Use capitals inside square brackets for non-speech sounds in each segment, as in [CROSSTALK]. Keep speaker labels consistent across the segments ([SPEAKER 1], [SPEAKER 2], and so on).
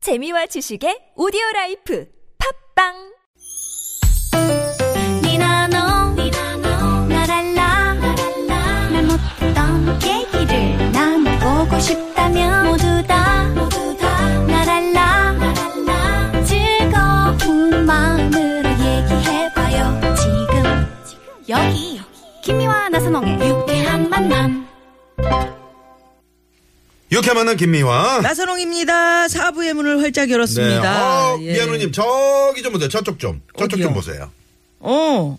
[SPEAKER 1] 재미와 지식의 오디오 라이프 팝빵
[SPEAKER 2] 니나노 나랄라 말 못했던 얘기를 나눠보고 싶다면 모두 다 나랄라 즐거운 마음으로 얘기해봐요 지금 여기 김미와 나선홍의 유쾌한 만남
[SPEAKER 3] 이렇게 만난 김미화.
[SPEAKER 4] 나선홍입니다. 사부의 문을 활짝 열었습니다.
[SPEAKER 3] 어,
[SPEAKER 4] 예.
[SPEAKER 3] 미아누님 저기 좀 보세요. 저쪽 좀. 저쪽
[SPEAKER 4] 어디요?
[SPEAKER 3] 좀 보세요.
[SPEAKER 4] 어.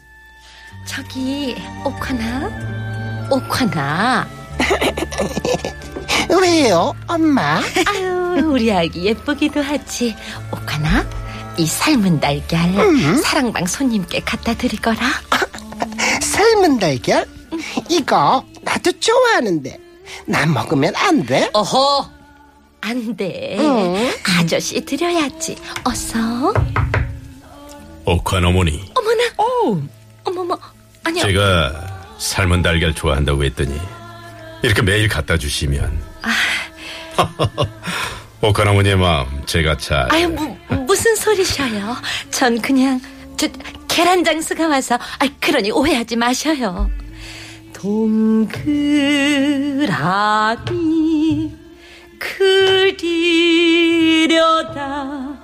[SPEAKER 5] 저기 옥화나 옥화나
[SPEAKER 6] 왜요, 엄마?
[SPEAKER 5] 아유 우리 아기 예쁘기도 하지 옥화나 이 삶은 달걀 사랑방 손님께 갖다 드리거라
[SPEAKER 6] 삶은 달걀? 이거 나도 좋아하는데 나 먹으면 안 돼?
[SPEAKER 5] 어허 안돼 아저씨 드려야지 어서
[SPEAKER 7] 옥환 어머니,
[SPEAKER 5] 어머나
[SPEAKER 4] 어.
[SPEAKER 5] 어머머 아니 야
[SPEAKER 7] 제가 삶은 달걀 좋아한다고 했더니 이렇게 매일 갖다 주시면 [LAUGHS] 옥환 어머니의 마음 제가 잘
[SPEAKER 5] 아. 아유 뭐? 무, 무슨 소리셔요 전 그냥 저 계란 장수가 와서 아 그러니 오해하지 마셔요 동그라미 그리려다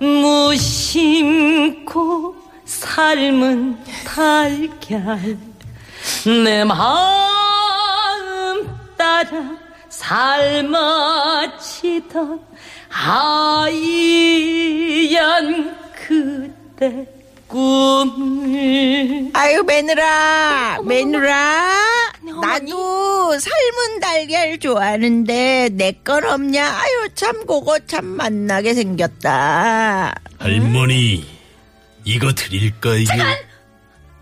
[SPEAKER 5] 무심코 삶은 달걀 내 마음 따라 삶아치던 하얀 그대 꿈을
[SPEAKER 8] 아유 매누라 매누라
[SPEAKER 5] 어머니.
[SPEAKER 8] 나도 삶은 달걀 좋아하는데 내 건 없냐 아유 참 그거 참 만나게 생겼다
[SPEAKER 7] 할머니 이거 드릴까요?
[SPEAKER 5] 아니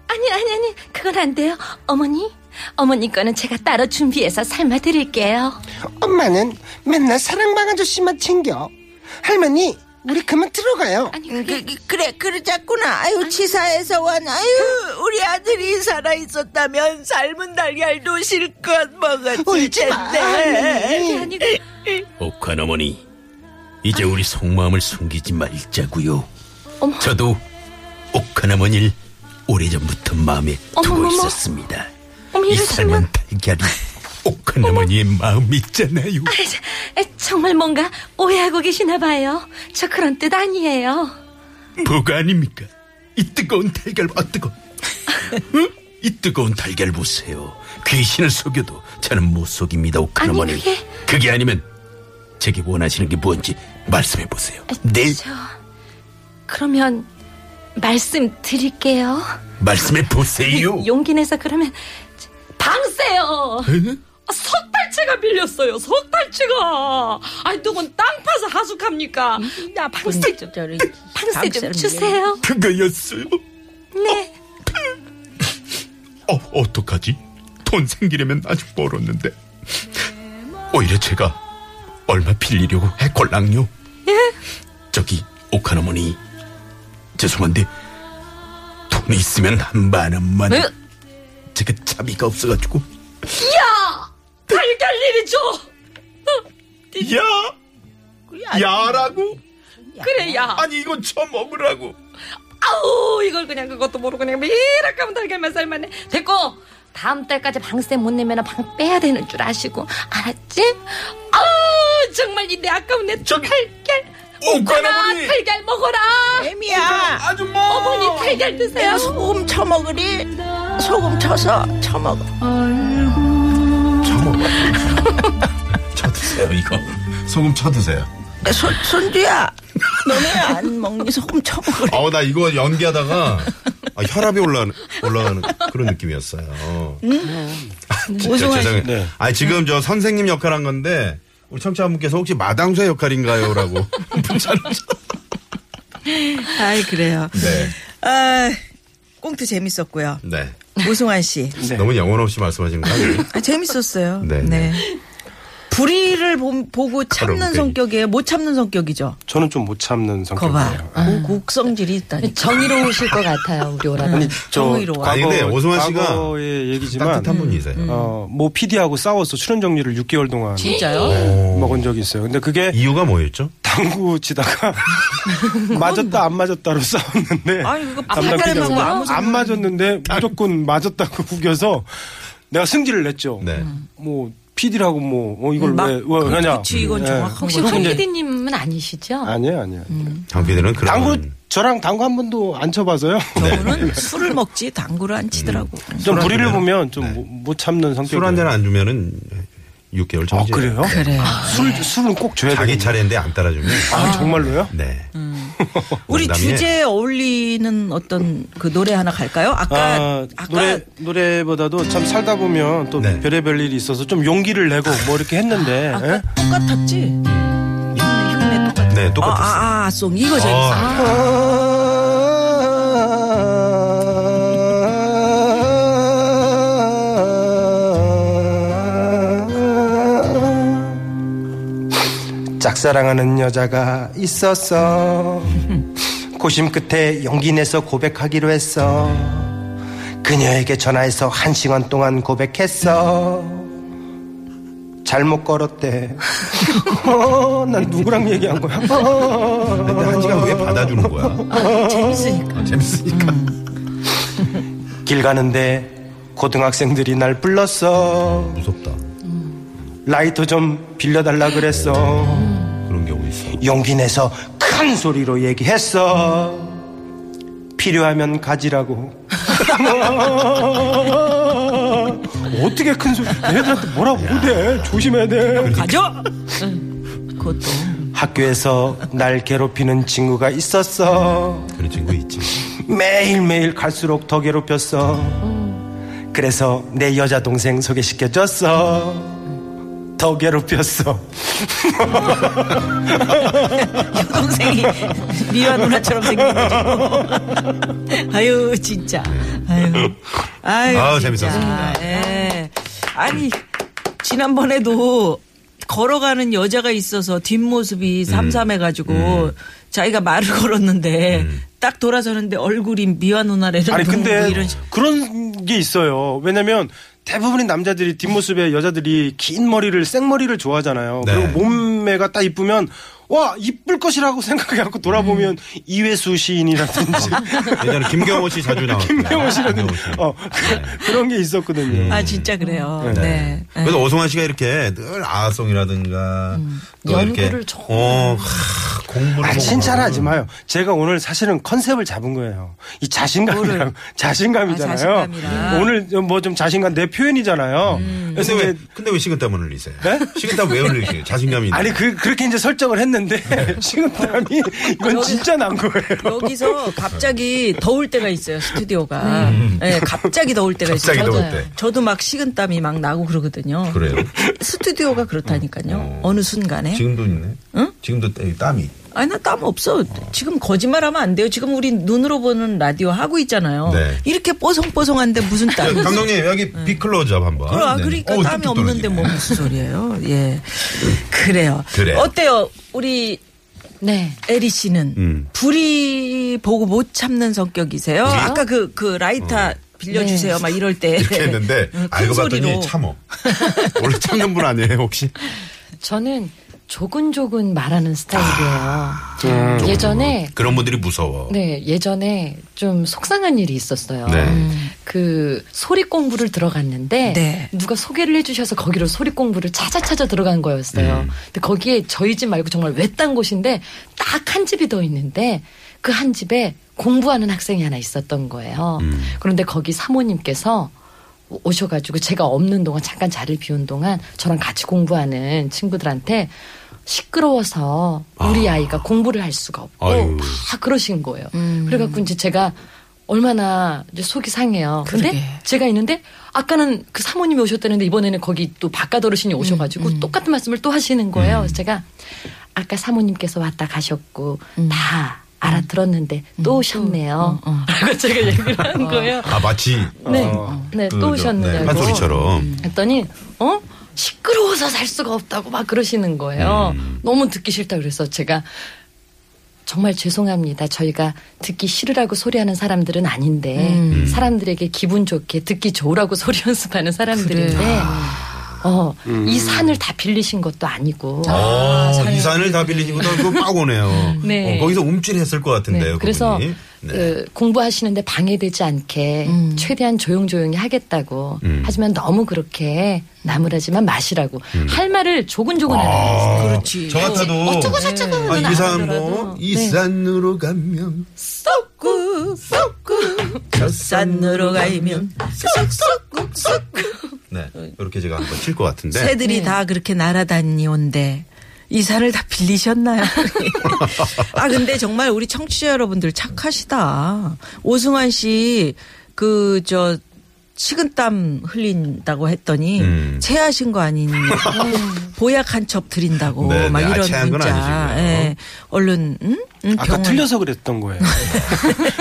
[SPEAKER 5] 아니 아니 그건 안 돼요 어머니 어머니 거는 제가 따로 준비해서 삶아 드릴게요
[SPEAKER 6] 엄마는 맨날 사랑방 아저씨만 챙겨. 할머니, 우리 그만 들어가요.
[SPEAKER 4] 네,
[SPEAKER 5] 아니
[SPEAKER 8] 음,
[SPEAKER 5] 그게
[SPEAKER 8] 그, 그, 그래 그러자꾸나 아유 치사해서 원 아유 우리 아들이 살아있었다면 삶은 달걀도 실컷 네. 먹었을
[SPEAKER 4] 네,
[SPEAKER 3] 어,
[SPEAKER 6] 울지 마,
[SPEAKER 8] 텐데
[SPEAKER 5] 그게 아니고
[SPEAKER 7] 옥환 어머니 이제 우리 속마음을 숨기지 말자고요.
[SPEAKER 5] 어머.
[SPEAKER 7] 저도 옥환 어머니를 오래전부터 마음에 두고
[SPEAKER 5] 어머머머.
[SPEAKER 7] 있었습니다.
[SPEAKER 5] 어머,
[SPEAKER 7] 이
[SPEAKER 5] 이러시면-
[SPEAKER 7] 삶은 달걀이 옥환 어머니의 마음 있잖아요.
[SPEAKER 5] 아, 저, 에, 정말 뭔가 오해하고 계시나 봐요 저 그런 뜻 아니에요
[SPEAKER 7] 뭐가 아닙니까? 이 뜨거운 달걀, 아, 뜨거. 응? 이 뜨거운 달걀 보세요. 귀신을 속여도 저는 못 속입니다,
[SPEAKER 5] 아니,
[SPEAKER 7] 오크어머니
[SPEAKER 5] 그게-
[SPEAKER 7] 그게 아니면 제게 원하시는 게 뭔지 말씀해 보세요. 네,
[SPEAKER 5] 저 그러면 말씀 드릴게요
[SPEAKER 7] 말씀해 보세요.
[SPEAKER 5] 용기 내서 그러면 저, 방세요 아, 석달치가 빌렸어요. 석달치가. 아니 누군 땅 파서 하숙합니까? 야 방세 좀 방세 좀 주세요.
[SPEAKER 7] 그거였어요.
[SPEAKER 5] 네.
[SPEAKER 7] 어, 어떡하지? 돈 생기려면 아직 멀었는데. 오히려 제가 얼마 빌리려고 해골랑요. 예? 저기, 옥한 어머니. 죄송한데, 돈이 있으면 한 만 원만.
[SPEAKER 5] 에?
[SPEAKER 7] 제가 자비가 없어가지고.
[SPEAKER 5] 달걀 일이죠.
[SPEAKER 7] 야! 야라고?
[SPEAKER 5] 그래야.
[SPEAKER 7] 아니, 이건 저 먹으라고.
[SPEAKER 5] 아우 이걸 그냥 그것도 모르고 그냥 매일 아까운 달걀만 삶았네. 됐고 다음 달까지 방세 못 내면 방 빼야 되는 줄 아시고 알았지? 아우 정말 이 내 아까운 내
[SPEAKER 7] 저기,
[SPEAKER 5] 달걀.
[SPEAKER 7] 옥한
[SPEAKER 5] 먹어라,
[SPEAKER 7] 어머니!
[SPEAKER 5] 달걀 먹어라.
[SPEAKER 8] 애미야
[SPEAKER 7] 아줌마!
[SPEAKER 5] 어머니 달걀 드세요.
[SPEAKER 8] 내가
[SPEAKER 9] 네.
[SPEAKER 8] 소금 쳐먹으리 소금 쳐서 쳐먹어
[SPEAKER 3] 저 먹어.
[SPEAKER 7] [LAUGHS] 저 드세요, 이거.
[SPEAKER 3] 소금 쳐드세요.
[SPEAKER 8] 그 손, 손주야 너네 안 먹니 소금 쳐먹으래
[SPEAKER 3] 아우, 어, 나 이거 연기하다가 아, 혈압이 올라, 올라가는 그런 느낌이었어요. 아, 진짜 죄송해요.
[SPEAKER 10] 네.
[SPEAKER 3] 아니, 지금 저 선생님 역할 한 건데, 우리 청취자분께서 혹시 마당쇠
[SPEAKER 10] [LAUGHS]
[SPEAKER 3] 역할인가요? 라고.
[SPEAKER 4] 아이 그래요.
[SPEAKER 3] 네.
[SPEAKER 4] 아, 꽁트 재밌었고요.
[SPEAKER 3] 네.
[SPEAKER 4] 오승환 씨.
[SPEAKER 10] 네.
[SPEAKER 3] 너무 영혼 없이 말씀하신 거 아니에요?
[SPEAKER 4] 아, 재밌었어요.
[SPEAKER 3] 네,
[SPEAKER 4] 네.
[SPEAKER 3] 네.
[SPEAKER 4] 불의를 보, 보고 참는
[SPEAKER 3] 가로등이.
[SPEAKER 4] 성격이에요. 못 참는 성격이죠.
[SPEAKER 10] 저는 좀 못 참는
[SPEAKER 4] 거봐.
[SPEAKER 10] 성격이에요. 아.
[SPEAKER 4] 고- 국성질이 있다니.
[SPEAKER 5] 정의로우실 것 같아요, 우리 오라버.
[SPEAKER 10] 아니 저
[SPEAKER 4] 정의로워.
[SPEAKER 3] 아니, 근데 오승환 씨가
[SPEAKER 10] 과거의 얘기지만 음.
[SPEAKER 3] 따뜻한 분이세요.
[SPEAKER 10] 어모 뭐 PD하고 싸워서 출연 정리를 6개월 동안
[SPEAKER 4] 진짜요?
[SPEAKER 3] 오.
[SPEAKER 10] 먹은 적이 있어요. 근데 그게
[SPEAKER 3] 이유가 뭐였죠?
[SPEAKER 10] 다 당구 치다가 [LAUGHS] 맞았다 안 맞았다로 싸웠는데
[SPEAKER 4] 아니, 그거 색깔만
[SPEAKER 10] 담당 PD하고.
[SPEAKER 4] 보고 아무
[SPEAKER 10] 안 맞았는데 무조건 맞았다고 구겨서 내가 승질을 냈죠.
[SPEAKER 3] 네.
[SPEAKER 10] 뭐 PD라고 뭐 어, 이걸
[SPEAKER 4] 음, 막-
[SPEAKER 10] 왜, 왜 하냐? 예.
[SPEAKER 4] 그치, 뭐, 이건 정확한
[SPEAKER 9] 혹시 황 PD님은 아니시죠?
[SPEAKER 10] 아니야 아니야.
[SPEAKER 3] 장피디는 그런 네.
[SPEAKER 10] 당구 저랑 당구 한 번도 안 쳐봐서요. [LAUGHS]
[SPEAKER 4] 저는 네. 술을 먹지 당구를 안 치더라고.
[SPEAKER 10] 좀 불의를
[SPEAKER 3] 주면은-
[SPEAKER 10] 보면 좀
[SPEAKER 3] 네.
[SPEAKER 10] 못 참는 성격.
[SPEAKER 3] 술한 잔 안 주면은 6개월
[SPEAKER 10] 아
[SPEAKER 3] 정지.
[SPEAKER 10] 그래요?
[SPEAKER 4] 그래요.
[SPEAKER 10] 술 술은 꼭 줘야 돼.
[SPEAKER 3] 자기 차례인데 안 따라주면.
[SPEAKER 10] 아 정말로요?
[SPEAKER 3] 네.
[SPEAKER 4] 음. 우리
[SPEAKER 3] 농담이에요.
[SPEAKER 4] 주제에 어울리는 어떤 그 노래 하나 갈까요? 아까
[SPEAKER 10] 아,
[SPEAKER 4] 아까
[SPEAKER 10] 노래 노래보다도 참 살다 보면 또
[SPEAKER 3] 네.
[SPEAKER 10] 별의별 일이 있어서 좀 용기를 내고 뭐 이렇게 했는데
[SPEAKER 4] 아까
[SPEAKER 10] 예?
[SPEAKER 4] 똑같았지. 흉내 똑같.
[SPEAKER 3] 네, 똑같았어요.
[SPEAKER 4] 아, 아, 아, 송 이거 재밌어.
[SPEAKER 3] 어.
[SPEAKER 6] 아. 짝사랑하는 여자가 있었어. 고심 끝에 용기 내서 고백하기로 했어. 그녀에게 전화해서 한 시간 동안 고백했어. 잘못 걸었대. [LAUGHS] 어, 난 누구랑 얘기한 거야? 어.
[SPEAKER 3] 근데 한 시간 왜 받아주는
[SPEAKER 4] [LAUGHS]
[SPEAKER 3] 거야?
[SPEAKER 4] 재밌으니까.
[SPEAKER 3] 아, 재밌으니까.
[SPEAKER 4] 음.
[SPEAKER 6] 길 가는데 고등학생들이 날 불렀어.
[SPEAKER 3] 무섭다.
[SPEAKER 6] 라이터 좀 빌려달라 그랬어.
[SPEAKER 3] 그런 경우 있어.
[SPEAKER 6] 용기 내서 큰 소리로 얘기했어. 필요하면 가지라고. [LAUGHS]
[SPEAKER 10] 어떻게 큰 소리 애들한테 뭐라고 그래 조심해야 돼.
[SPEAKER 4] 가죠. 그것도
[SPEAKER 6] 학교에서 날 괴롭히는 친구가 있었어.
[SPEAKER 3] 그런 친구 있지.
[SPEAKER 6] 매일매일 갈수록 더 괴롭혔어. 그래서 내 여자 동생 소개시켜줬어. 더 괴롭혔어.
[SPEAKER 4] 음.
[SPEAKER 3] [LAUGHS]
[SPEAKER 4] 여동생이 미화 누나처럼 생겨가지고. 아유 진짜. 아유. 아유.
[SPEAKER 3] 아우,
[SPEAKER 4] 진짜.
[SPEAKER 3] 재밌었습니다.
[SPEAKER 4] 예. 아니 지난번에도 걸어가는 여자가 있어서 뒷모습이
[SPEAKER 3] 음.
[SPEAKER 4] 삼삼해가지고 자기가 말을 걸었는데
[SPEAKER 3] 음.
[SPEAKER 4] 딱 돌아서는데 얼굴이 미화 누나라는
[SPEAKER 10] 아니 근데
[SPEAKER 4] 뭐 이런 식-
[SPEAKER 10] 그런 게 있어요. 왜냐면 대부분의 남자들이 뒷모습에 여자들이 긴 머리를 생머리를 좋아하잖아요.
[SPEAKER 3] 네.
[SPEAKER 10] 그리고 몸매가 딱 이쁘면 와 이쁠 것이라고 생각해갖고 돌아보면 이회수 시인이라든지 [LAUGHS]
[SPEAKER 3] 예전에 김경호 씨 자주 나왔고.
[SPEAKER 10] 김명호 씨라든지
[SPEAKER 3] 네.
[SPEAKER 10] 어, 그, 런게 있었거든요.
[SPEAKER 4] 아 진짜 그래요. 네. 음.
[SPEAKER 3] 그래서 오성환 씨가 이렇게 늘 아성이라든가 또 이렇게
[SPEAKER 9] 연구를 정말.
[SPEAKER 3] 어, 하, 공부를
[SPEAKER 10] 아,
[SPEAKER 3] 뭐
[SPEAKER 10] 칭찬하지
[SPEAKER 3] 그러고.
[SPEAKER 10] 마요. 제가 오늘 사실은 컨셉을 잡은 거예요. 이 [LAUGHS] 자신감이랑 자신감이잖아요.
[SPEAKER 4] 아, 자신감이랑.
[SPEAKER 10] 오늘 뭐 좀 자신감 내 표현이잖아요. 그래서
[SPEAKER 3] 근데 왜
[SPEAKER 10] 이제
[SPEAKER 3] 근데 왜 식은땀을 흘리세요?
[SPEAKER 4] 네?
[SPEAKER 3] 식은땀 왜 흘리세요? 자신감이 있는데.
[SPEAKER 10] 아니 그 그렇게 이제 설정을 했는데 [LAUGHS] 식은땀이 이건 진짜 난 거예요.
[SPEAKER 3] [LAUGHS]
[SPEAKER 4] 여기서 갑자기 더울 때가 있어요 스튜디오가 네, 갑자기 더울 때가
[SPEAKER 3] 갑자기
[SPEAKER 4] 있어요
[SPEAKER 3] 더울
[SPEAKER 4] 저도,
[SPEAKER 3] 때.
[SPEAKER 4] 저도 막 식은땀이 막 나고 그러거든요
[SPEAKER 3] 그래요.
[SPEAKER 4] 스튜디오가 그렇다니까요 어. 느 순간에
[SPEAKER 3] 지금도 있네. 지금도 땀- 땀이.
[SPEAKER 4] 아니 나 땀 없어 지금 거짓말하면 안 돼요 지금 우리 눈으로 보는 라디오 하고 있잖아요
[SPEAKER 3] 네.
[SPEAKER 4] 이렇게 뽀송뽀송한데 무슨
[SPEAKER 3] 자,
[SPEAKER 4] 땀이
[SPEAKER 3] 감독님 여기 비클로즈업 한번.
[SPEAKER 4] 그러, 아,
[SPEAKER 3] 네네.
[SPEAKER 4] 그러니까
[SPEAKER 3] 어우,
[SPEAKER 4] 땀이
[SPEAKER 3] 뚝뚝
[SPEAKER 4] 없는데
[SPEAKER 3] 떨어지네.
[SPEAKER 4] 뭐 무슨 소리예요 예 그래요
[SPEAKER 3] 그래요.
[SPEAKER 4] 어때요 우리
[SPEAKER 9] 네.
[SPEAKER 4] 에리 씨는
[SPEAKER 3] 음.
[SPEAKER 4] 불이 보고 못 참는 성격이세요? 아까 그 그 라이터 빌려주세요 막 네. 이럴 때
[SPEAKER 3] 이렇게 했는데
[SPEAKER 4] 응, 큰
[SPEAKER 3] 알고
[SPEAKER 4] 소리로.
[SPEAKER 3] 봤더니 참어. 원래 참는 분 아니에요 혹시?
[SPEAKER 9] 저는 조근조근 말하는 스타일이에요. 예전에
[SPEAKER 3] 그런 분들이 무서워.
[SPEAKER 9] 네, 예전에 좀 속상한 일이 있었어요.
[SPEAKER 3] 네.
[SPEAKER 9] 그 소리 공부를 들어갔는데
[SPEAKER 4] 네.
[SPEAKER 9] 누가 소개를 해주셔서 거기로 소리 공부를 찾아 찾아 들어간 거였어요.
[SPEAKER 3] 음.
[SPEAKER 9] 근데 거기에 저희 집 말고 정말 외딴 곳인데 딱 한 집이 더 있는데 그 한 집에 공부하는 학생이 하나 있었던 거예요.
[SPEAKER 3] 음.
[SPEAKER 9] 그런데 거기 사모님께서 오셔가지고 제가 없는 동안 잠깐 자리를 비운 동안 저랑 같이 공부하는 친구들한테 시끄러워서 우리 아. 이가 공부를 할 수가 없고
[SPEAKER 3] 아유.
[SPEAKER 9] 다 그러신 거예요.
[SPEAKER 4] 음.
[SPEAKER 9] 그래갖고 이제 제가 얼마나 이제 속이 상해요. 근데
[SPEAKER 4] 그러게.
[SPEAKER 9] 제가 있는데 아까는 그 사모님이 오셨다는데 이번에는 거기 또 바깥 어르신이
[SPEAKER 4] 음,
[SPEAKER 9] 오셔가지고 똑같은 말씀을 또 하시는 거예요. 그래서 제가 아까 사모님께서 왔다 가셨고
[SPEAKER 4] 음.
[SPEAKER 9] 다 알아들었는데 또 오셨네요. [LAUGHS] 라고 제가 얘기를
[SPEAKER 4] 어,
[SPEAKER 9] 한 거예요.
[SPEAKER 3] 아 마치
[SPEAKER 9] 네, 네,
[SPEAKER 3] 그
[SPEAKER 9] 또
[SPEAKER 3] 저- 네,
[SPEAKER 9] 오셨느냐고.
[SPEAKER 3] 판소리처럼.
[SPEAKER 9] 음. 했더니 어 시끄러워서 살 수가 없다고 막 그러시는 거예요. 너무 듣기 싫다 그래서 제가 정말 죄송합니다. 저희가 듣기 싫으라고 소리하는 사람들은 [LAUGHS] 아닌데 사람들에게 기분 좋게 듣기 좋으라고 소리 연습하는 사람들인데 어, 이 산을 다 빌리신 것도 아니고.
[SPEAKER 3] 아, 이 산을 다 빌리신 것도 그거 빡 오네요.
[SPEAKER 9] 네.
[SPEAKER 3] 어, 거기서 움찔했을 것 같은데요.
[SPEAKER 9] 네, 그래서
[SPEAKER 3] 그분이. 네.
[SPEAKER 9] 그 공부하시는데 방해되지 않게 최대한 조용조용히 하겠다고
[SPEAKER 3] 음.
[SPEAKER 9] 하지만 너무 그렇게 나무라지만 마시라고
[SPEAKER 3] 음.
[SPEAKER 9] 할 말을 조근조근
[SPEAKER 3] 아.
[SPEAKER 9] 하는 거예요.
[SPEAKER 3] 그렇죠.
[SPEAKER 4] 그렇지.
[SPEAKER 3] 저 같아도
[SPEAKER 2] 어쩌고 저쩌고는
[SPEAKER 3] 아,
[SPEAKER 2] 안
[SPEAKER 3] 이산 뭐 이산으로 가면
[SPEAKER 4] 썩구 썩구 산으로 가이면
[SPEAKER 3] 네 이렇게 제가 한번 칠 것 같은데
[SPEAKER 4] 새들이 다 그렇게 날아다니온데 이 산을 다 빌리셨나요? [LAUGHS] 아 근데 정말 우리 청취자 여러분들 착하시다. 오승환 씨 그 저 식은땀 흘린다고 했더니
[SPEAKER 3] 음.
[SPEAKER 4] 체하신 거
[SPEAKER 3] [LAUGHS]
[SPEAKER 4] 아니냐 보약 한 첩 드린다고
[SPEAKER 3] 네,
[SPEAKER 4] 막
[SPEAKER 3] 네. 아,
[SPEAKER 4] 이런
[SPEAKER 3] 체한 건
[SPEAKER 4] 문자
[SPEAKER 3] 아니시고요.
[SPEAKER 4] 예. 얼른 응? 응?
[SPEAKER 10] 아까
[SPEAKER 4] 병원.
[SPEAKER 10] 틀려서 그랬던 거예요.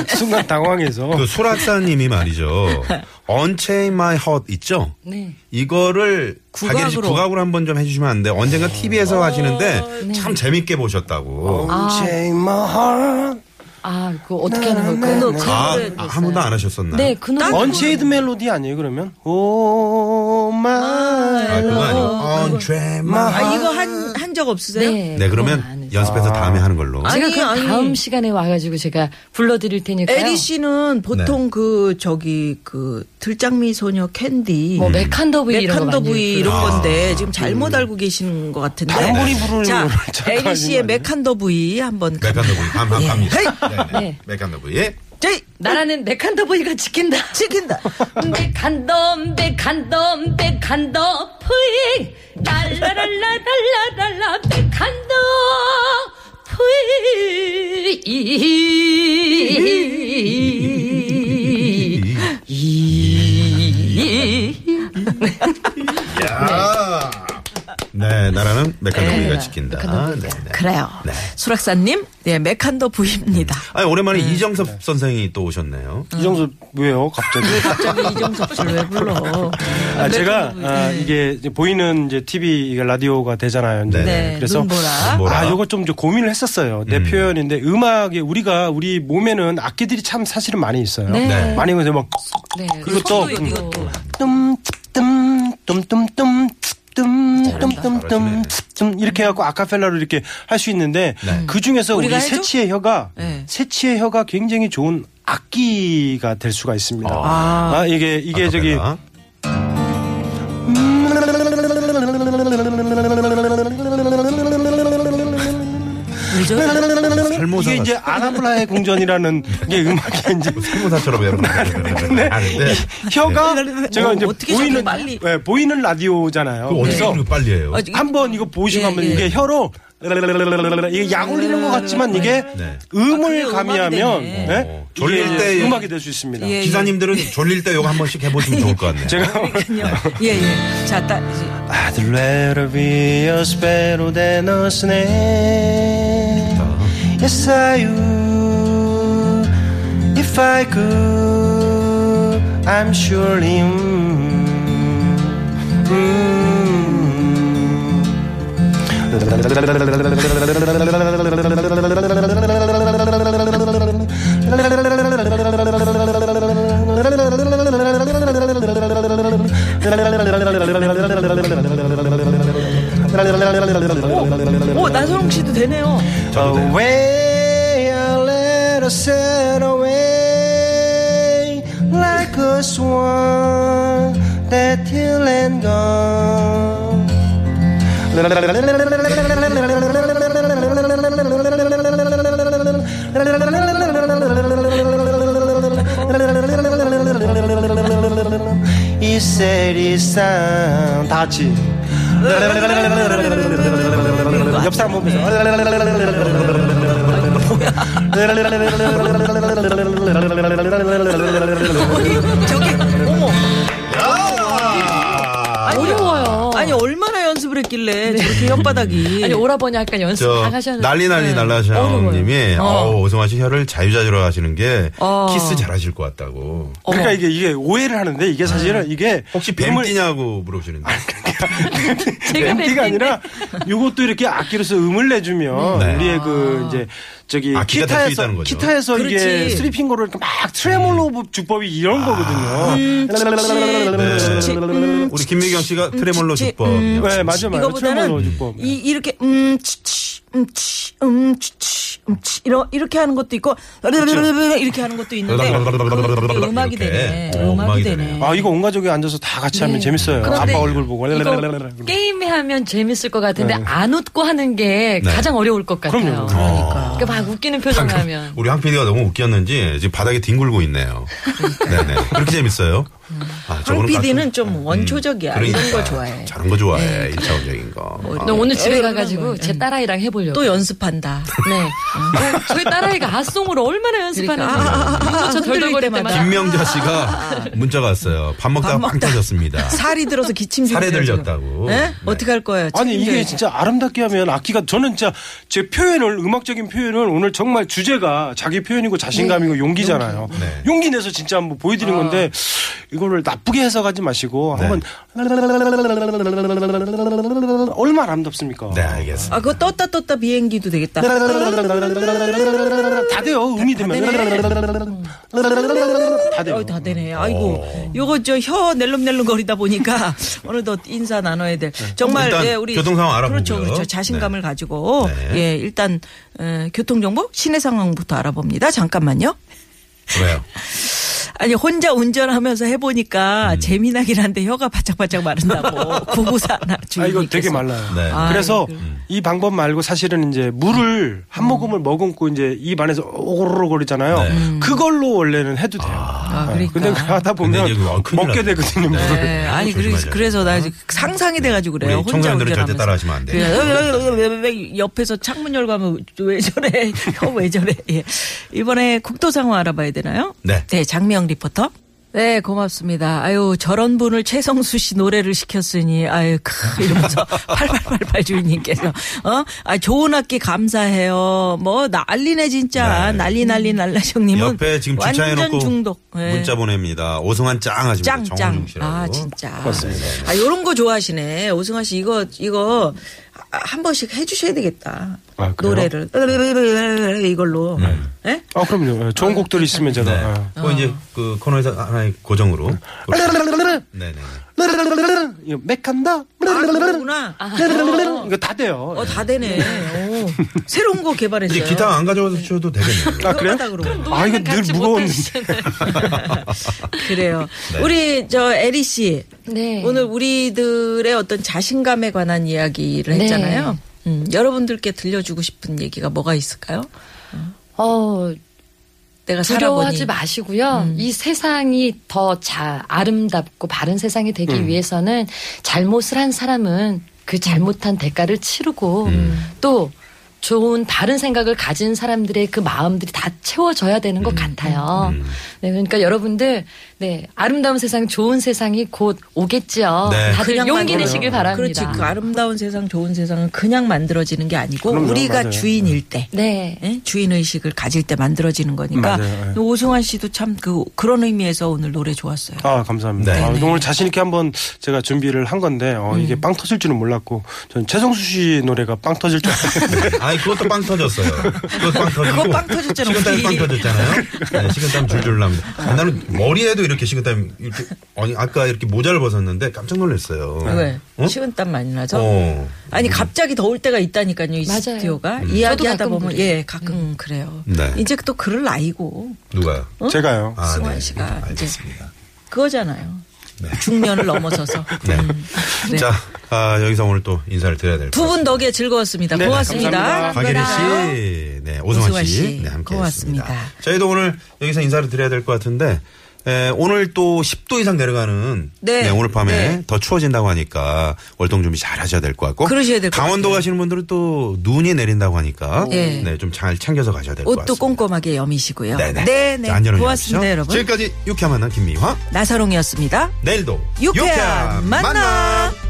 [SPEAKER 10] 순간 당황해서.
[SPEAKER 3] 그 소라사님이 말이죠. Unchain My Heart 있죠?
[SPEAKER 9] 네.
[SPEAKER 3] 이거를
[SPEAKER 4] 국악으로.
[SPEAKER 3] 박예리 씨 국악으로 한번 좀 해주시면 안 돼. 요 언젠가 TV에서 하시는데 참 재밌게
[SPEAKER 10] 어,
[SPEAKER 3] 보셨다고. 아,
[SPEAKER 6] Unchain my heart.
[SPEAKER 9] 아, 그거 어떻게 하는 걸까요?
[SPEAKER 4] 그 노래
[SPEAKER 3] 아, 한 번도 안 하셨었나요?
[SPEAKER 9] 네, 그 노래.
[SPEAKER 10] 언체이드 멜로디 아니에요 그러면? Oh 오 마이
[SPEAKER 3] 아, 그거 아니고. Unchain My
[SPEAKER 4] 아
[SPEAKER 3] Heart.
[SPEAKER 4] 이거 한 한 적 없으세요?
[SPEAKER 9] 네.
[SPEAKER 3] 네, 그러면
[SPEAKER 9] 그건 안 했어요.
[SPEAKER 3] 연습해서 다음에 하는 걸로.
[SPEAKER 9] 제가
[SPEAKER 4] 아니,
[SPEAKER 9] 그
[SPEAKER 4] 아니.
[SPEAKER 9] 다음 시간에 와가지고 제가 불러드릴 테니까요.
[SPEAKER 4] 에리 씨는
[SPEAKER 3] 네.
[SPEAKER 4] 보통 그 저기 그 들장미 소녀 캔디
[SPEAKER 3] 음.
[SPEAKER 9] 뭐 메칸더브이 이런 거 많이 그
[SPEAKER 4] 메칸더브이 이런
[SPEAKER 9] 불러요.
[SPEAKER 4] 건데 지금 잘못 알고 계시는 것 같은데.
[SPEAKER 10] 음. 다른 분이 부르는
[SPEAKER 4] 자,
[SPEAKER 10] 거를 잠깐
[SPEAKER 4] 에리 씨의
[SPEAKER 10] 하는 거 아니에요?
[SPEAKER 4] 메칸더브이 한번 가.
[SPEAKER 3] 네, 메간더브이 한번 갑니다. 네, 네.
[SPEAKER 9] 네.
[SPEAKER 3] 메간더브이. 예.
[SPEAKER 4] 저희
[SPEAKER 9] 나라는 메칸더브이가 지킨다.
[SPEAKER 4] 지킨다.
[SPEAKER 9] 백한덤 백한덤 백한덤 푸잉 랄라랄라랄라랄라 백한덤 푸잉
[SPEAKER 3] 야. 아. 네, 나라는 메간더브이가 지킨다. 네, 네.
[SPEAKER 4] 그래요.
[SPEAKER 3] 네.
[SPEAKER 4] 수락사님, 네 메칸더브이입니다.
[SPEAKER 3] 아니, 오랜만에 이정섭 선생이 또 오셨네요.
[SPEAKER 10] 이정수 왜요 갑자기?
[SPEAKER 4] 갑자기 이정섭 씨를 왜 불러?
[SPEAKER 10] 아, 제가 아, 이게 이제 보이는 이제 TV 이게 라디오가 되잖아요. 이제.
[SPEAKER 3] 네.
[SPEAKER 4] 네,
[SPEAKER 10] 그래서
[SPEAKER 4] 눈보라. 음.
[SPEAKER 3] 뭐라?
[SPEAKER 10] 아, 요거 좀, 좀 고민을 했었어요. 내 표현인데 음악에 우리가 우리 몸에는 악기들이 참 사실은 많이 있어요.
[SPEAKER 3] 네.
[SPEAKER 10] 많이 그래서 막
[SPEAKER 9] 네.
[SPEAKER 10] 음. 이것도
[SPEAKER 4] 네,
[SPEAKER 10] 뜸뜸뜸뜸뜸뜸뜸뜸뜸뜸 이렇게 해갖고 아카펠라로 이렇게 할 수 있는데
[SPEAKER 4] 네.
[SPEAKER 10] 그 중에서 우리
[SPEAKER 4] 우리가 해줘?
[SPEAKER 10] 세치의 혀가
[SPEAKER 4] 네.
[SPEAKER 10] 세치의 혀가 굉장히 좋은 악기가 될 수가 있습니다. 아, 이게 이게 저기
[SPEAKER 3] 아카펠라.
[SPEAKER 4] 그죠?
[SPEAKER 10] 네.
[SPEAKER 3] 설모사
[SPEAKER 10] 이게 이제 아나블라의 궁전이라는 이게 음악이 이제 [LAUGHS]
[SPEAKER 3] 설모사처럼 여러분. 네. 아는데
[SPEAKER 10] 혀가 제가
[SPEAKER 4] 어,
[SPEAKER 10] 이제
[SPEAKER 4] 어떻게 저렇게
[SPEAKER 10] 보이는
[SPEAKER 4] 빨리.
[SPEAKER 10] 네, 보이는 라디오잖아요.
[SPEAKER 3] 그 어디서 그렇게 빨리 해요?
[SPEAKER 4] 어, 이게
[SPEAKER 10] 한번 이거 보시고
[SPEAKER 4] 예,
[SPEAKER 10] 하면
[SPEAKER 4] 예.
[SPEAKER 10] 이게 혀로 이게 약 올리는 것 같지만 이게
[SPEAKER 3] 네.
[SPEAKER 10] 음을
[SPEAKER 4] 아, 그게
[SPEAKER 10] 가미하면
[SPEAKER 4] 음악이 되네.
[SPEAKER 10] 네?
[SPEAKER 3] 어,
[SPEAKER 10] 이게
[SPEAKER 3] 졸릴 때
[SPEAKER 10] 음악이 될 수 있습니다.
[SPEAKER 4] 예.
[SPEAKER 3] 기사님들은 졸릴 때 요거 한 번씩 해보시면 좋을 것 같네요.
[SPEAKER 10] 제가
[SPEAKER 4] 예 예. 자, 따, 이제
[SPEAKER 10] I'd rather be a sparrow than a snake. Yes, I would. If I could, I'm surely. Mm,
[SPEAKER 4] 오 나선홍 씨도 되네요.
[SPEAKER 10] away, a little set away, like a swan that till and gone. 이 세리산 다 같이 옆 사람 보면서
[SPEAKER 4] 저기 어머
[SPEAKER 3] 야!
[SPEAKER 9] 어려워요.
[SPEAKER 3] 아!
[SPEAKER 4] 아니 얼마나 연습을 했길래 저렇게 혓바닥이.
[SPEAKER 9] 아니 오라버니 아까 연습
[SPEAKER 3] 저
[SPEAKER 9] 다 하셨는데
[SPEAKER 3] 난리
[SPEAKER 4] 네.
[SPEAKER 3] 난리
[SPEAKER 9] 어려워요.
[SPEAKER 3] 날라샤님이 어. 오성환 씨 혀를 자유자재로 하시는 게
[SPEAKER 4] 어.
[SPEAKER 3] 키스 잘하실 것 같다고.
[SPEAKER 10] 그러니까 이게 이게 오해를 하는데 이게 사실은 이게
[SPEAKER 3] 혹시 뱀
[SPEAKER 10] 음을-
[SPEAKER 3] 뛰냐고 물어보시는데.
[SPEAKER 10] 아, 그
[SPEAKER 9] 제가
[SPEAKER 10] 뱀띠가
[SPEAKER 9] 뱀띠인데.
[SPEAKER 10] 네. 아니라 이것도 이렇게 악기로서 음을 내주면
[SPEAKER 3] 네. 아,
[SPEAKER 10] 우리의 그 이제 저기
[SPEAKER 3] 악기가 될수
[SPEAKER 10] 기타에서
[SPEAKER 3] 있다는 거죠.
[SPEAKER 10] 기타에서 이게
[SPEAKER 4] 그렇지.
[SPEAKER 10] 스트리핑거로 이렇게 막 트레몰로 주법이 이런
[SPEAKER 3] 아,
[SPEAKER 10] 거거든요.
[SPEAKER 3] 네. 우리 김미경 씨가
[SPEAKER 4] 음,
[SPEAKER 3] 트레몰로
[SPEAKER 4] 치-
[SPEAKER 3] 주법.
[SPEAKER 10] 네, 맞아 맞아. 트레몰로
[SPEAKER 4] 이거보다는
[SPEAKER 10] 주법.
[SPEAKER 4] 이 이렇게 음치치 음치 음치치 음치 이러 이렇게 하는 것도 있고 이렇게 하는 것도 있는데 그게 음악이
[SPEAKER 3] 이렇게.
[SPEAKER 4] 되네.
[SPEAKER 3] 어,
[SPEAKER 4] 음악이
[SPEAKER 3] 음악이
[SPEAKER 4] 되네.
[SPEAKER 3] 되네.
[SPEAKER 10] 아 이거 온 가족이 앉아서 다 같이 하면 재밌어요.
[SPEAKER 9] 그런데
[SPEAKER 10] 아빠 얼굴 보고.
[SPEAKER 9] 이거 게임하면 재밌을 것 같은데 안 웃고 하는 게 가장 어려울 것 같아요.
[SPEAKER 10] 그럼요.
[SPEAKER 9] 그러니까. 그러니까 막 웃기는 표정하면
[SPEAKER 3] 우리 황 PD가 너무 웃겼는지 지금 바닥에 뒹굴고 있네요. 네네. 그렇게 재밌어요. 아,
[SPEAKER 4] 그러니까. 황
[SPEAKER 3] 저거는
[SPEAKER 4] PD는
[SPEAKER 3] 가끔-
[SPEAKER 4] 좀 원초적이야. 이런 거 좋아해. 네.
[SPEAKER 3] 저런 거 좋아해. 일차원적인 거. 아,
[SPEAKER 9] 너 오늘 집에
[SPEAKER 4] 어,
[SPEAKER 9] 가가지고 제 딸아이랑 해보려고.
[SPEAKER 4] 또 연습한다.
[SPEAKER 9] 네. 어, 저희 딸아이가 아송을 얼마나 연습하는지.
[SPEAKER 4] 그러니까. 아, 아, 아.
[SPEAKER 9] 저 덜덜거릴
[SPEAKER 4] 흔들릴 때마다.
[SPEAKER 9] 때마다.
[SPEAKER 3] 김명자
[SPEAKER 4] 아.
[SPEAKER 3] 씨가 문자가 왔어요. 밥 먹다가 빵 터졌습니다.
[SPEAKER 4] 살이 들어서 기침
[SPEAKER 3] 살에
[SPEAKER 4] 중이래요, 지금.
[SPEAKER 3] 들렸다고.
[SPEAKER 4] 예?
[SPEAKER 3] 네.
[SPEAKER 4] 어떻게 할 거예요?
[SPEAKER 10] 아니 이게
[SPEAKER 4] 책임져야죠.
[SPEAKER 10] 진짜 아름답게 하면 악기가 저는 진짜 제 표현을 음악적인 표현을 오늘 정말 주제가 자기 표현이고 자신감이고 용기잖아요. 용기.
[SPEAKER 3] 네.
[SPEAKER 10] 내서 진짜 한번 보여드린
[SPEAKER 4] 아.
[SPEAKER 10] 건데 이거를 나쁘게 해석하지 마시고
[SPEAKER 3] 네.
[SPEAKER 10] 한번 얼마나 아름답습니까?
[SPEAKER 3] 네, 알겠습니다.
[SPEAKER 4] 아 그거 떴다 떴다 비행기도 되겠다.
[SPEAKER 10] 다 돼요 음이 되면 다 돼요.
[SPEAKER 4] 어, 다 되네. 아이고, 요거 저 혀 낼름낼름 거리다 보니까 [LAUGHS] 오늘도 인사 나눠야 될. 정말
[SPEAKER 3] 네. 일단
[SPEAKER 4] 예, 우리
[SPEAKER 3] 교통 상황 알아보고요.
[SPEAKER 4] 그렇죠, 그렇죠. 자신감을 가지고
[SPEAKER 3] 네.
[SPEAKER 4] 예, 일단 어, 교통 정보, 시내 상황부터 알아봅니다. 잠깐만요.
[SPEAKER 10] 아.
[SPEAKER 3] 그래요.
[SPEAKER 4] 아니 혼자 운전하면서 해보니까
[SPEAKER 3] 음.
[SPEAKER 4] 재미나긴 한데 혀가 바짝바짝
[SPEAKER 3] [LAUGHS]
[SPEAKER 4] 마른다고 고구사 나
[SPEAKER 10] 아 이거
[SPEAKER 4] 주인님께서.
[SPEAKER 10] 되게 말라요.
[SPEAKER 3] 네.
[SPEAKER 4] 아,
[SPEAKER 10] 그래서 이 방법 말고 사실은 이제 물을 한
[SPEAKER 4] 음.
[SPEAKER 10] 모금을 머금고 이제 입 안에서 오로로 거리잖아요.
[SPEAKER 3] 네.
[SPEAKER 10] 그걸로 원래는 해도 돼요. 네.
[SPEAKER 4] 음. 그러니까.
[SPEAKER 10] 근데 하다 보면
[SPEAKER 3] 아, 근데 이제 그거 큰일
[SPEAKER 10] 어, 먹게
[SPEAKER 3] 나죠.
[SPEAKER 10] 되거든요. 물을.
[SPEAKER 4] 네, 아니 그래서
[SPEAKER 3] 조심하셔야 네.
[SPEAKER 4] 그래서 나 이제 상상이 돼가지고 그래요.
[SPEAKER 3] 우리
[SPEAKER 4] 혼자
[SPEAKER 3] 청소년들은
[SPEAKER 4] 운전하면서.
[SPEAKER 3] 절대
[SPEAKER 4] 네.
[SPEAKER 3] 따라하시면 안 돼요.
[SPEAKER 4] 그래요. 옆에서 창문 열고 하면 왜 저래? [LAUGHS] 왜 저래? 예. 이번에 국도 상황 알아봐야 되나요?
[SPEAKER 3] 네.
[SPEAKER 4] 장명 리포터. 네, 고맙습니다. 아유, 저런 분을 최성수 씨 노래를 시켰으니, 아유, 크, 이러면서, [LAUGHS] 8888 주인님께서, 어? 아, 좋은 악기 감사해요. 뭐, 난리네, 진짜.
[SPEAKER 3] 네.
[SPEAKER 4] 난리, 난리, 날라형님은.
[SPEAKER 3] 옆에 지금 주차해놓고
[SPEAKER 4] 완전 중독. 예.
[SPEAKER 3] 문자 보냅니다. 오승환 짱 하십니다.
[SPEAKER 4] 짱짱.
[SPEAKER 3] 정우중 씨라고.
[SPEAKER 4] 아 진짜. 아 이런 거 좋아하시네. 오승환 씨 이거 이거 아, 한 번씩 해주셔야 되겠다.
[SPEAKER 10] 아, 그래요?
[SPEAKER 4] 노래를 이걸로. 예?
[SPEAKER 10] 아 그럼요. 좋은 곡들이 있으면 제가
[SPEAKER 3] 네.
[SPEAKER 10] 아.
[SPEAKER 3] 그거 이제 그 코너에서 하나의 고정으로. 네네.
[SPEAKER 10] 이거 맥한다. 아.
[SPEAKER 4] 그렇구나.
[SPEAKER 10] 이거 다 돼요.
[SPEAKER 4] 어 다 되네. 오. 새로운 거
[SPEAKER 3] 이제
[SPEAKER 4] 개발했어요.
[SPEAKER 3] 기타 안 가져와서 쳐도 되겠네요.
[SPEAKER 10] 아 그래요?
[SPEAKER 4] 그거마다 그러고.
[SPEAKER 10] 아 이거 늘
[SPEAKER 9] 같이 못
[SPEAKER 10] 무거운.
[SPEAKER 9] 하시잖아요.
[SPEAKER 4] 그래요.
[SPEAKER 3] 네.
[SPEAKER 4] 우리 저 에리 씨
[SPEAKER 9] 네.
[SPEAKER 4] 오늘 우리들의 어떤 자신감에 관한 이야기를
[SPEAKER 9] 네.
[SPEAKER 4] 했잖아요. 음, 여러분들께 들려주고 싶은 얘기가 뭐가 있을까요?
[SPEAKER 9] 어,
[SPEAKER 4] 내가 살아보니. 음.
[SPEAKER 9] 두려워하지 마시고요. 이 세상이 더 잘 아름답고 바른 세상이 되기 위해서는 잘못을 한 사람은 그 잘못한 대가를 치르고 또 좋은 다른 생각을 가진 사람들의 그 마음들이 다 채워져야 되는
[SPEAKER 4] 음.
[SPEAKER 9] 것 같아요. 네, 그러니까 여러분들 네 아름다운 세상, 좋은 세상이 곧 오겠지요.
[SPEAKER 3] 네.
[SPEAKER 9] 다들
[SPEAKER 4] 그냥
[SPEAKER 9] 용기
[SPEAKER 4] 만들어요.
[SPEAKER 9] 내시길 바랍니다.
[SPEAKER 4] 그렇지. 그 아름다운 세상, 좋은 세상은 그냥 만들어지는 게 아니고
[SPEAKER 10] 그럼요,
[SPEAKER 4] 우리가
[SPEAKER 10] 맞아요.
[SPEAKER 4] 주인일 때.
[SPEAKER 9] 네.
[SPEAKER 4] 예? 주인 의식을 가질 때 만들어지는 거니까
[SPEAKER 10] 맞아요, 예.
[SPEAKER 4] 오승환 씨도 참 그 그런 의미에서 오늘 노래 좋았어요.
[SPEAKER 10] [LAUGHS] 아 감사합니다.
[SPEAKER 3] 네.
[SPEAKER 10] 아, 오늘 자신 있게 한번 제가 준비를 한 건데 어, 이게 빵 터질 줄은 몰랐고 전 최성수 씨 노래가 빵 터질 [LAUGHS] 줄 알았는데
[SPEAKER 3] 아니 그것도 빵 터졌어요. 그것도 빵 터지고.
[SPEAKER 4] 그거 빵 터졌잖아,
[SPEAKER 3] 식은땀이
[SPEAKER 4] 우리.
[SPEAKER 3] 빵 터졌잖아요. 네, 식은땀 줄줄 납니다. 아, 나는 머리에도 이렇게 식은땀 이렇게 아니 아까 이렇게 모자를 벗었는데 깜짝 놀랐어요.
[SPEAKER 4] 아, 왜?
[SPEAKER 3] 어?
[SPEAKER 4] 식은땀 많이 나죠?
[SPEAKER 3] 어.
[SPEAKER 4] 아니 갑자기 더울 때가 있다니까요. 이
[SPEAKER 9] 맞아요.
[SPEAKER 4] 스튜디오가
[SPEAKER 9] 음. 저도
[SPEAKER 4] 이야기하다
[SPEAKER 9] 가끔
[SPEAKER 4] 보면
[SPEAKER 9] 그래요. 음.
[SPEAKER 4] 예 가끔 그래요.
[SPEAKER 3] 네.
[SPEAKER 4] 이제 또 그럴 나이고
[SPEAKER 3] 누가요?
[SPEAKER 10] 제가요.
[SPEAKER 3] 아,
[SPEAKER 4] 승환 씨가 이제-
[SPEAKER 3] 알겠습니다.
[SPEAKER 4] 그거잖아요. 중년을 넘어서서
[SPEAKER 3] 네.
[SPEAKER 4] 음, 그래요.
[SPEAKER 3] 자 아, 여기서 오늘 또 인사를 드려야 될 것
[SPEAKER 4] 두
[SPEAKER 3] 같습니다.
[SPEAKER 4] 분 덕에 즐거웠습니다.
[SPEAKER 10] 네,
[SPEAKER 4] 고맙습니다.
[SPEAKER 10] 감사합니다.
[SPEAKER 3] 박예리 씨, 네, 오승환
[SPEAKER 4] 오승환
[SPEAKER 3] 씨,
[SPEAKER 4] 씨.
[SPEAKER 3] 네, 함께
[SPEAKER 4] 고맙습니다.
[SPEAKER 3] 했습니다. 저희도 오늘 여기서 인사를 드려야 될 것 같은데, 에, 오늘 또 10도 이상 내려가는
[SPEAKER 4] 네.
[SPEAKER 3] 네, 오늘 밤에
[SPEAKER 4] 네.
[SPEAKER 3] 더 추워진다고 하니까 월동 준비 잘 하셔야 될 것 같고,
[SPEAKER 4] 그러셔야 될것
[SPEAKER 3] 강원도
[SPEAKER 4] 같아요.
[SPEAKER 3] 가시는 분들은 또 눈이 내린다고 하니까,
[SPEAKER 4] 예.
[SPEAKER 3] 네, 좀 잘 챙겨서 가셔야 될 것 같습니다.
[SPEAKER 4] 옷도 꼼꼼하게 여미시고요.
[SPEAKER 3] 네네.
[SPEAKER 4] 네,
[SPEAKER 3] 자, 안전운전
[SPEAKER 4] 고맙습니다,
[SPEAKER 3] 하십시오.
[SPEAKER 4] 여러분.
[SPEAKER 3] 지금까지 유쾌한 만남 김미화,
[SPEAKER 4] 나사롱이었습니다.
[SPEAKER 3] 내일도
[SPEAKER 4] 유쾌한 만남.